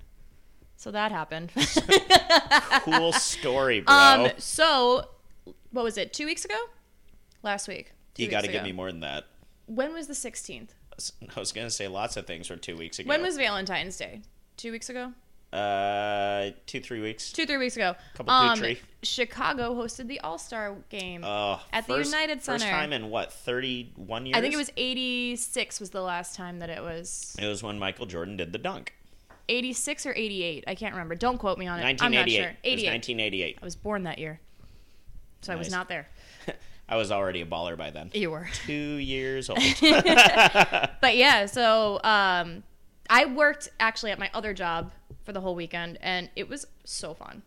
Speaker 2: So that happened. (laughs)
Speaker 1: cool story, bro.
Speaker 2: um, so what was it? Two weeks ago? Last week. Two
Speaker 1: you got to
Speaker 2: weeks
Speaker 1: give
Speaker 2: ago.
Speaker 1: me more than that.
Speaker 2: When was the 16th?
Speaker 1: I was gonna say lots of things from two weeks ago.
Speaker 2: When was Valentine's Day? Two weeks ago?
Speaker 1: uh two three weeks?
Speaker 2: two three weeks ago. Um,
Speaker 1: Couple two, three.
Speaker 2: Chicago hosted the All Star game.
Speaker 1: Oh,
Speaker 2: At the
Speaker 1: first-
Speaker 2: United
Speaker 1: First
Speaker 2: Center.
Speaker 1: time in what thirty one years?
Speaker 2: I think it was eighty six was the last time that it was
Speaker 1: It was when Michael Jordan did the dunk.
Speaker 2: eighty six or eighty eight. I can't remember. Don't quote me on it. I'm
Speaker 1: Nineteen
Speaker 2: not
Speaker 1: eighty
Speaker 2: sure.
Speaker 1: eight.
Speaker 2: Eighty eight.
Speaker 1: Nineteen eighty eight.
Speaker 2: I was born that year, so I was
Speaker 1: Nice.
Speaker 2: not there.
Speaker 1: I was already a baller by then.
Speaker 2: You were.
Speaker 1: Two years old.
Speaker 2: But yeah, so um, I worked actually at my other job for the whole weekend, and it was so fun.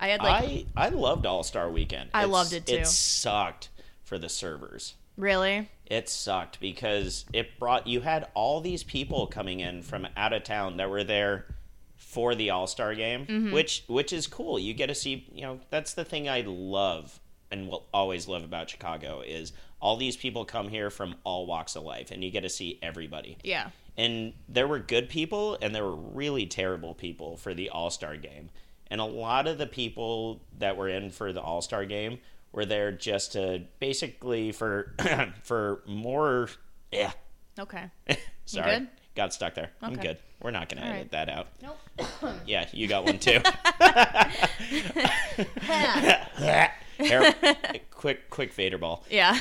Speaker 2: I had like
Speaker 1: I I loved All Star Weekend.
Speaker 2: I loved it, too.
Speaker 1: It sucked for the servers.
Speaker 2: really
Speaker 1: It sucked because it brought you had all these people coming in from out of town that were there for the All Star game,
Speaker 2: Mm-hmm.
Speaker 1: which which is cool. You get to see, you know, that's the thing I love and will always love about Chicago is all these people come here from all walks of life, and you get to see everybody.
Speaker 2: yeah.
Speaker 1: And there were good people and there were really terrible people for the All Star game. And a lot of the people that were in for the All Star game were there just to basically for (coughs) for more. Yeah,
Speaker 2: Okay.
Speaker 1: (laughs) sorry,
Speaker 2: good?
Speaker 1: got stuck there. I'm
Speaker 2: Okay.
Speaker 1: good. We're not gonna
Speaker 2: All
Speaker 1: edit
Speaker 2: right.
Speaker 1: that out.
Speaker 2: Nope.
Speaker 1: Yeah, you got one
Speaker 2: (laughs)
Speaker 1: too.
Speaker 2: yeah.
Speaker 1: Hair- quick, quick Vader ball.
Speaker 2: (laughs) Yeah.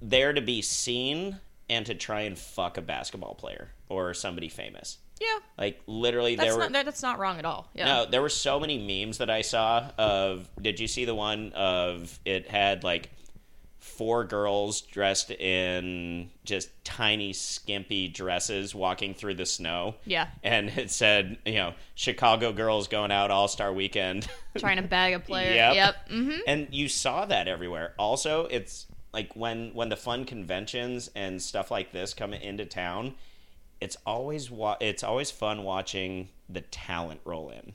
Speaker 1: There to be seen and to try and fuck a basketball player or somebody famous. Like literally,
Speaker 2: That's
Speaker 1: there were
Speaker 2: not oh. that, that's not wrong at all. Yeah.
Speaker 1: No, there were so many memes that I saw of. Did you see the one of it had like four girls dressed in just tiny, skimpy dresses walking through the snow?
Speaker 2: Yeah.
Speaker 1: And it said, you know, Chicago girls going out all star weekend. (laughs)
Speaker 2: Trying to bag a player.
Speaker 1: Yep.
Speaker 2: Yep. hmm
Speaker 1: and you saw that everywhere. Also, it's like when when the fun conventions and stuff like this come into town, it's always wa- it's always fun watching the talent roll in.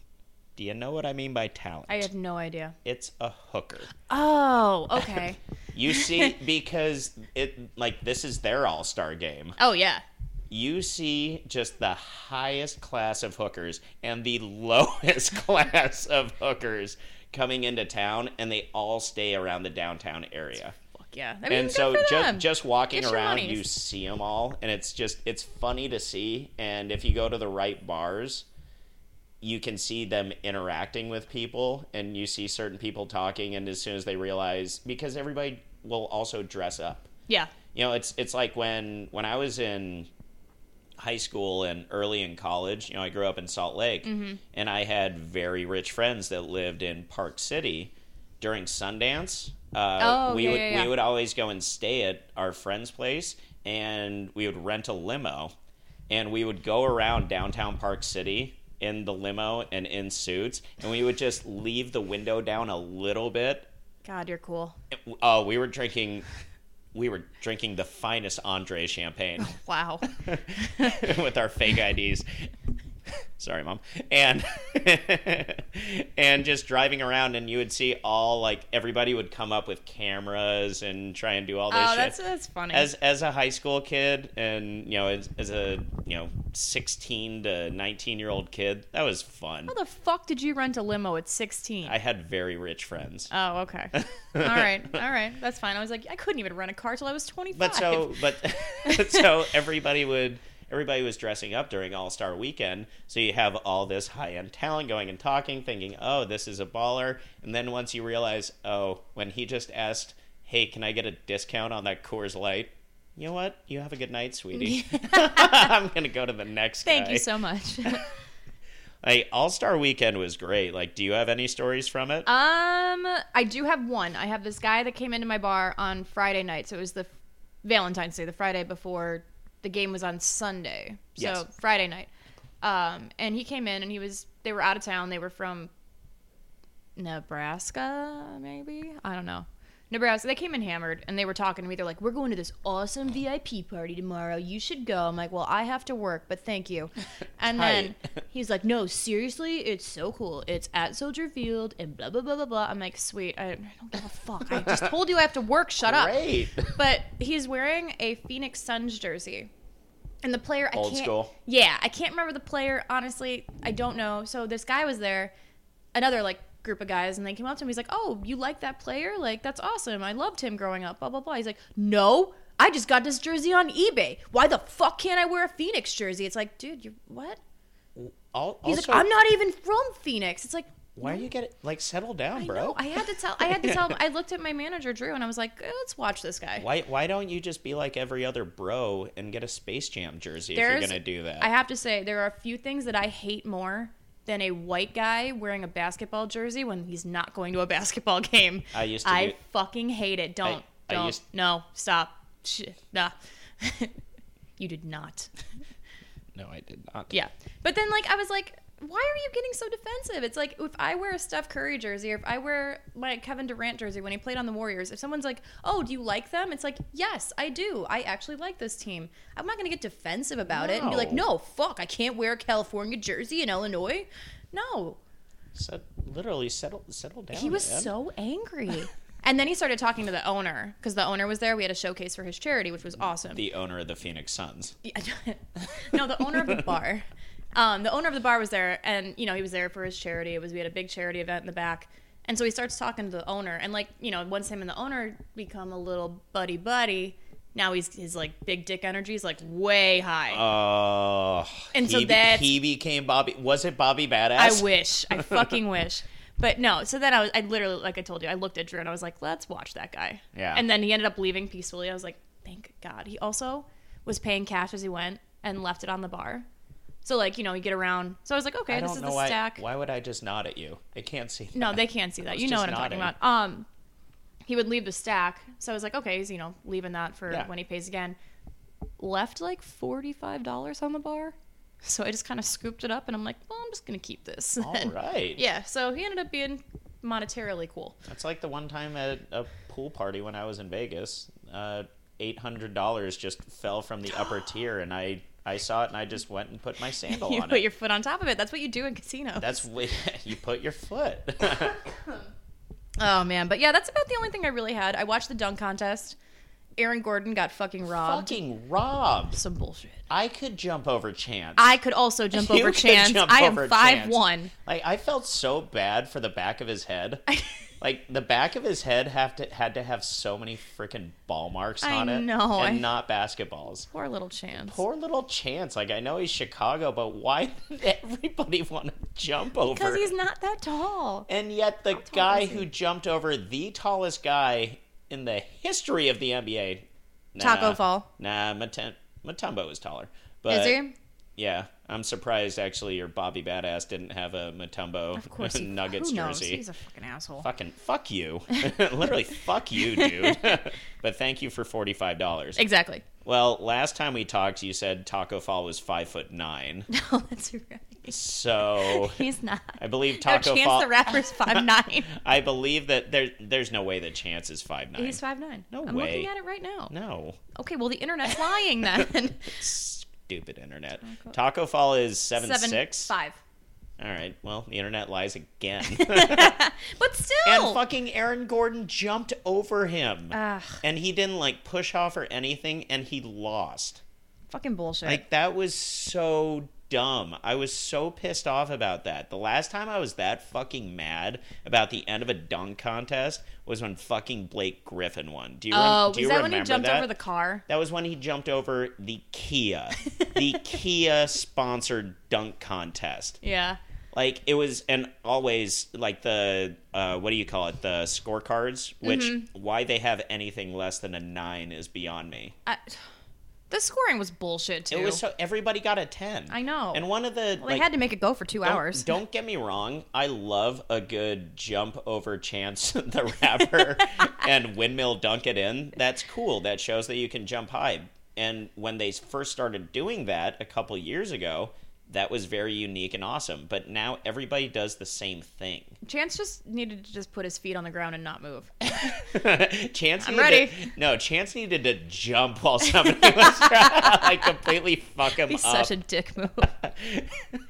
Speaker 1: Do you know what I mean by talent?
Speaker 2: I have no idea.
Speaker 1: It's a hooker.
Speaker 2: Oh, (laughs) okay.
Speaker 1: You see,
Speaker 2: (laughs)
Speaker 1: because it like this is their all star game.
Speaker 2: oh yeah.
Speaker 1: You see just the highest class of hookers and the lowest (laughs) class of hookers coming into town, and they all stay around the downtown area.
Speaker 2: Fuck yeah. I mean,
Speaker 1: And
Speaker 2: good
Speaker 1: so
Speaker 2: for
Speaker 1: ju-
Speaker 2: them.
Speaker 1: just walking
Speaker 2: Get your
Speaker 1: around,
Speaker 2: monies.
Speaker 1: you see them all, and it's just it's funny to see. And if you go to the right bars, you can see them interacting with people, and you see certain people talking. And as soon as they realize, because everybody will also dress up.
Speaker 2: yeah.
Speaker 1: You know, it's it's like when when I was in high school and early in college. You know, I grew up in Salt Lake,
Speaker 2: Mm-hmm.
Speaker 1: and I had very rich friends that lived in Park City. During Sundance, uh,
Speaker 2: Oh,
Speaker 1: we
Speaker 2: yeah,
Speaker 1: would
Speaker 2: yeah, yeah.
Speaker 1: we would always go and stay at our friend's place, and we would rent a limo, and we would go around downtown Park City in the limo and in suits, and we would just leave the window down a little bit
Speaker 2: God, you're cool.
Speaker 1: Oh, we were drinking. We were drinking the finest Andre champagne (laughs)
Speaker 2: (laughs) Wow.
Speaker 1: with our fake IDs. Sorry, mom. And (laughs) and just driving around, and you would see all like everybody would come up with cameras and try and do all this
Speaker 2: oh,
Speaker 1: shit.
Speaker 2: that's that's funny.
Speaker 1: as as a high school kid, and you know, as, as a you know sixteen to nineteen year old kid, that was fun.
Speaker 2: How the fuck did you rent a limo at 16?
Speaker 1: I had very rich friends. (laughs)
Speaker 2: Oh, okay. all right. All right. That's fine. I was like, I couldn't even rent a car till I was 25.
Speaker 1: But so, but, but (laughs) so everybody would everybody was dressing up during All Star Weekend. So you have all this high end talent going and talking, thinking, "Oh, this is a baller." And then once you realize, "Oh, when he just asked, hey, can I get a discount on that Coors Light?" You know what? You have a good night, sweetie. (laughs) I'm gonna go to the next.
Speaker 2: Thank
Speaker 1: guy.
Speaker 2: you so much. (laughs)
Speaker 1: Like All Star Weekend was great. Like, do you have any stories from it?
Speaker 2: Um, I do have one. I have this guy that came into my bar on Friday night, so it was the Valentine's Day, the Friday before the game was on Sunday.
Speaker 1: Yes.
Speaker 2: So Friday night. Um, and he came in and he was they were out of town. They were from Nebraska, maybe? I don't know. Nebraska. They came in hammered and they were talking to me. They're like, We're going to this awesome VIP party tomorrow. You should go. I'm like, Well, I have to work, but
Speaker 1: (laughs)
Speaker 2: thank you. And then
Speaker 1: Tight.
Speaker 2: he's like, No, seriously, it's so cool. It's at Soldier Field and blah, blah, blah, blah, blah. I'm like, Sweet. I, I don't give a fuck. I just told you I have to work. Shut
Speaker 1: Great.
Speaker 2: up. But he's wearing a Phoenix Suns jersey. And the player, I
Speaker 1: Old
Speaker 2: can't.
Speaker 1: school.
Speaker 2: Yeah, I can't remember the player. Honestly, I don't know. So this guy was there, another like group of guys, and they came up to him. He's like, "Oh, you like that player? Like that's awesome. I loved him growing up." Blah blah blah. He's like, "No, I just got this jersey on eBay. Why the fuck can't I wear a Phoenix jersey?" It's like, dude, you what?
Speaker 1: Al-
Speaker 2: He's
Speaker 1: also,
Speaker 2: like, "I'm not even from Phoenix." It's like.
Speaker 1: Why are you getting like settle down,
Speaker 2: I
Speaker 1: bro?
Speaker 2: know. I had to tell. I had to
Speaker 1: (laughs)
Speaker 2: tell him. I looked at my manager Drew, and I was like, "Eh, "Let's watch this guy."
Speaker 1: Why why don't you just be like every other bro and get a Space Jam jersey if
Speaker 2: There's-
Speaker 1: you're gonna do that?
Speaker 2: I have to say, there are a few things that I hate more than a white guy wearing a basketball jersey when he's not going to a basketball (laughs) game.
Speaker 1: I used to
Speaker 2: I
Speaker 1: do-
Speaker 2: fucking hate it. Don't.
Speaker 1: I
Speaker 2: don't.
Speaker 1: used-
Speaker 2: No. Stop. Sh- nah. (laughs) you did not.
Speaker 1: no, I did not.
Speaker 2: Yeah. But then, like, I was like, why are you getting so defensive? It's like if I wear a Steph Curry jersey or if I wear my Kevin Durant jersey when he played on the Warriors, if someone's like, oh, do you like them? It's like, yes, I do. I actually like this team. I'm not going to get defensive about it and be like,
Speaker 1: No.
Speaker 2: no, fuck, I can't wear a California jersey in Illinois. No.
Speaker 1: So, literally settle settle down.
Speaker 2: He was
Speaker 1: man.
Speaker 2: so angry.
Speaker 1: (laughs)
Speaker 2: and then he started talking to the owner because the owner was there. We had a showcase for his charity, which was awesome.
Speaker 1: the owner of the Phoenix Suns.
Speaker 2: Yeah, (laughs) no, the owner of the bar. Um, the owner of the bar was there, and you know he was there for his charity. It was we had a big charity event in the back, and so he starts talking to the owner, and like you know, once him and the owner become a little buddy buddy, now he's his like big dick energy is like way high.
Speaker 1: Oh,
Speaker 2: And so
Speaker 1: he, be-
Speaker 2: that's-
Speaker 1: he became Bobby. Was it Bobby Badass?
Speaker 2: I wish,
Speaker 1: (laughs)
Speaker 2: I fucking wish. But no, so then I was, I literally, like I told you, I looked at Drew and I was like, let's watch that guy.
Speaker 1: Yeah.
Speaker 2: And then he ended up leaving peacefully. I was like, thank God. He also was paying cash as he went and left it on the bar. So like, you know, you get around. So I was like, okay,
Speaker 1: I
Speaker 2: this
Speaker 1: don't
Speaker 2: is
Speaker 1: know
Speaker 2: the
Speaker 1: why.
Speaker 2: stack.
Speaker 1: Why would I just nod at you? I can't see.
Speaker 2: No, they can't see that.
Speaker 1: was
Speaker 2: You know
Speaker 1: just
Speaker 2: what I'm talking
Speaker 1: nodding.
Speaker 2: about. Um, he would leave the stack. So I was like, okay, he's you know leaving that for
Speaker 1: Yeah.
Speaker 2: when he pays again. Left like forty five dollars on the bar. So I just kind of scooped it up, and I'm like, well, I'm just gonna keep this. (laughs)
Speaker 1: All right.
Speaker 2: Yeah, so he ended up being monetarily cool.
Speaker 1: That's like the one time at a pool party
Speaker 2: (gasps)
Speaker 1: when I was in Vegas. Uh, Eight hundred dollars just fell from the upper tier, and I I saw it and I just went and
Speaker 2: (laughs)
Speaker 1: put my sandal
Speaker 2: you
Speaker 1: on
Speaker 2: put
Speaker 1: it.
Speaker 2: your foot on top of it. That's what you do in casinos.
Speaker 1: That's way (laughs) you put your
Speaker 2: (laughs)
Speaker 1: foot. (laughs)
Speaker 2: oh man, but yeah, that's about the only thing I really had. I watched the dunk contest. Aaron Gordon got fucking robbed.
Speaker 1: Fucking robbed.
Speaker 2: Some bullshit.
Speaker 1: I could jump over chance.
Speaker 2: I
Speaker 1: (laughs)
Speaker 2: could also jump
Speaker 1: You
Speaker 2: over
Speaker 1: could
Speaker 2: chance.
Speaker 1: jump
Speaker 2: I
Speaker 1: over
Speaker 2: am five
Speaker 1: Chance. (laughs)
Speaker 2: one.
Speaker 1: Like I felt so bad for the back of his head. Like the back of his head have to had to have so many freaking ball marks
Speaker 2: I
Speaker 1: on it,
Speaker 2: know,
Speaker 1: and
Speaker 2: I-
Speaker 1: not basketballs.
Speaker 2: Poor little chance.
Speaker 1: Poor little Chance. Like I know he's Chicago, but why (laughs) did everybody want to jump over?
Speaker 2: Because he's
Speaker 1: him?
Speaker 2: not that tall.
Speaker 1: and yet the
Speaker 2: tall
Speaker 1: guy
Speaker 2: is he?
Speaker 1: who jumped over the tallest guy in the history of the NBA, nah,
Speaker 2: Taco Fall.
Speaker 1: Nah, Matem- Matumbo is taller. But
Speaker 2: Is he?
Speaker 1: yeah, I'm surprised actually your Bobby Badass didn't have a Matumbo (laughs)
Speaker 2: Of course. He,
Speaker 1: Nuggets
Speaker 2: who knows?
Speaker 1: jersey.
Speaker 2: He's a fucking asshole.
Speaker 1: Fucking fuck
Speaker 2: (laughs)
Speaker 1: you. (laughs) Literally fuck you, dude. but thank you for $45.
Speaker 2: Exactly. (laughs)
Speaker 1: Well, last time we talked, you said Taco Fall was 5 foot
Speaker 2: (laughs)
Speaker 1: 9.
Speaker 2: No, that's right.
Speaker 1: So
Speaker 2: He's not.
Speaker 1: I believe
Speaker 2: No,
Speaker 1: Taco
Speaker 2: Chance
Speaker 1: Fall
Speaker 2: the Rapper's five
Speaker 1: (laughs)
Speaker 2: nine.
Speaker 1: I believe that there there's no way that Chance is 5'9".
Speaker 2: He's five nine.
Speaker 1: No
Speaker 2: I'm
Speaker 1: way.
Speaker 2: looking at it right now.
Speaker 1: no.
Speaker 2: Okay, well the internet's lying then.
Speaker 1: Stupid internet.
Speaker 2: Taco-
Speaker 1: Taco Fall is (laughs)
Speaker 2: (laughs)
Speaker 1: seven, six.
Speaker 2: five.
Speaker 1: All right. Well, the internet lies
Speaker 2: (laughs)
Speaker 1: again.
Speaker 2: But still.
Speaker 1: and fucking Aaron Gordon jumped over him.
Speaker 2: Ugh.
Speaker 1: And he didn't like push off or anything and he lost.
Speaker 2: fucking bullshit.
Speaker 1: Like that was so dumb. I was so pissed off about that. The last time I was that fucking mad about the end of a dunk contest was when fucking Blake Griffin won. Do you, rem-
Speaker 2: oh,
Speaker 1: do
Speaker 2: was
Speaker 1: you
Speaker 2: that when
Speaker 1: remember
Speaker 2: he jumped
Speaker 1: that?
Speaker 2: over the car?
Speaker 1: That was when he jumped over the Kia, the
Speaker 2: (laughs)
Speaker 1: Kia sponsored dunk contest.
Speaker 2: Yeah.
Speaker 1: Like it was, and always like the uh, what do you call it? The scorecards. Which
Speaker 2: Mm-hmm.
Speaker 1: why they have anything less than a nine is beyond me.
Speaker 2: I, (sighs) the scoring was bullshit too.
Speaker 1: It was so everybody got a ten.
Speaker 2: I know.
Speaker 1: And one of the
Speaker 2: well, they
Speaker 1: like,
Speaker 2: had to make it go for 2
Speaker 1: don't-
Speaker 2: hours. (laughs)
Speaker 1: Don't get me wrong. I love a good jump over chance (laughs) the
Speaker 2: (laughs)
Speaker 1: rapper and windmill dunk it in. That's cool. That shows that you can jump high. And when they first started doing that a couple years ago, that was very unique and awesome. But now everybody does the same
Speaker 2: (laughs)
Speaker 1: thing.
Speaker 2: Chance just needed to just put his feet on the ground and not
Speaker 1: (laughs)
Speaker 2: move.
Speaker 1: Chance
Speaker 2: I'm
Speaker 1: needed
Speaker 2: ready.
Speaker 1: To, no, Chance needed to jump while somebody was (laughs) trying to like completely fuck him
Speaker 2: He's
Speaker 1: up.
Speaker 2: such a dick move.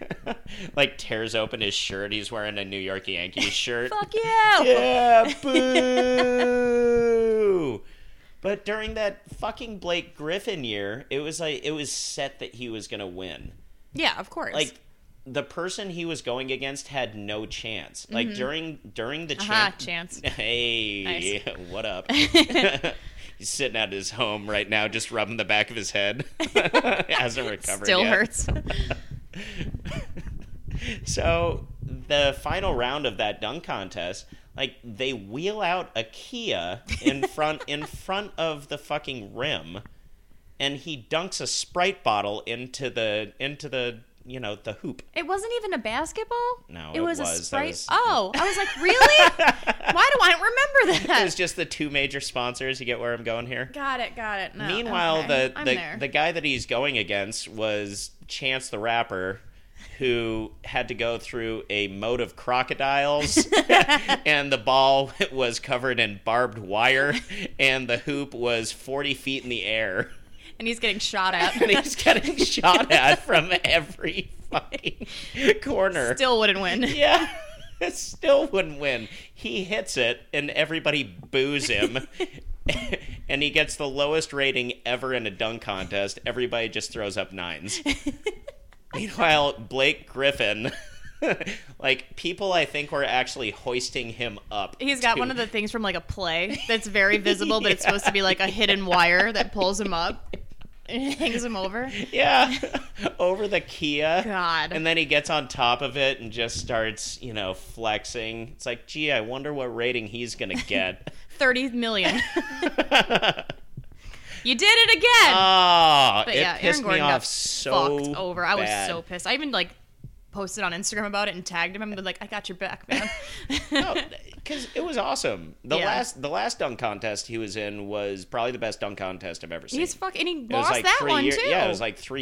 Speaker 1: (laughs) like tears open his shirt. He's wearing a New York
Speaker 2: (laughs)
Speaker 1: Yankees shirt.
Speaker 2: Fuck you. (laughs)
Speaker 1: Yeah, boo. but during that fucking Blake Griffin year, it was like it was set that he was going to win.
Speaker 2: Yeah, of course.
Speaker 1: Like the person he was going against had no chance. Like during during the
Speaker 2: Mm-hmm. Aha,
Speaker 1: champ-
Speaker 2: Chance.
Speaker 1: Hey,
Speaker 2: Nice.
Speaker 1: (laughs) what
Speaker 2: (laughs)
Speaker 1: up? He's sitting at his home right now, just rubbing the back of his head. (laughs) Hasn't recovered.
Speaker 2: Still
Speaker 1: yet.
Speaker 2: hurts.
Speaker 1: (laughs) so the final round of that dunk contest, like they wheel out a Kia in front in front of the fucking rim, and he dunks a Sprite bottle into the into the you know the hoop.
Speaker 2: It wasn't even a basketball.
Speaker 1: No,
Speaker 2: it,
Speaker 1: it
Speaker 2: was,
Speaker 1: was. That
Speaker 2: a sprite.
Speaker 1: was-
Speaker 2: Oh, I was like,
Speaker 1: (laughs)
Speaker 2: really? Why do I don't remember
Speaker 1: It
Speaker 2: that?
Speaker 1: was just the two major sponsors. You get where I'm going here.
Speaker 2: Got it. Got it. No,
Speaker 1: Meanwhile,
Speaker 2: Oh, okay.
Speaker 1: the
Speaker 2: I'm
Speaker 1: the,
Speaker 2: there.
Speaker 1: the guy that he's going against was Chance the Rapper, who had to go through a moat of
Speaker 2: (laughs)
Speaker 1: crocodiles, and the ball (laughs) was covered in barbed wire, and the hoop was forty feet in the air, (laughs)
Speaker 2: and he's getting shot at.
Speaker 1: and he's
Speaker 2: (laughs)
Speaker 1: getting shot at from every fucking corner.
Speaker 2: Still wouldn't win.
Speaker 1: Yeah. (laughs) Still wouldn't win. He hits it and everybody boos
Speaker 2: (laughs)
Speaker 1: him. and he gets the lowest rating ever in a dunk contest. Everybody just throws up nines. Meanwhile, Blake Griffin, (laughs) like people I think were actually hoisting him up.
Speaker 2: (laughs) He's got
Speaker 1: to-
Speaker 2: one of the things from like a play that's very visible, but it's supposed to be like a hidden wire that pulls him up and (laughs) hangs him over.
Speaker 1: (laughs) Yeah. (laughs) Over the Kia.
Speaker 2: God.
Speaker 1: And then he gets on top of it and just starts, you know, flexing. It's like, gee, I wonder what rating he's going to
Speaker 2: (laughs)
Speaker 1: get. (laughs)
Speaker 2: 30 million. (laughs) you did it again.
Speaker 1: Oh,
Speaker 2: but
Speaker 1: it
Speaker 2: yeah,
Speaker 1: pissed
Speaker 2: Aaron Gordon
Speaker 1: me off
Speaker 2: got
Speaker 1: so
Speaker 2: fucked over. I was
Speaker 1: bad.
Speaker 2: so pissed. I even like posted on Instagram about it and tagged him and been like, I got your back,
Speaker 1: (laughs)
Speaker 2: man. (laughs)
Speaker 1: because it was awesome. The
Speaker 2: Yeah.
Speaker 1: last the last dunk contest he was in was probably the best dunk contest I've ever seen.
Speaker 2: He's fucking, and he
Speaker 1: it was
Speaker 2: lost
Speaker 1: like
Speaker 2: that
Speaker 1: three
Speaker 2: one
Speaker 1: year-
Speaker 2: too.
Speaker 1: Yeah, it was like three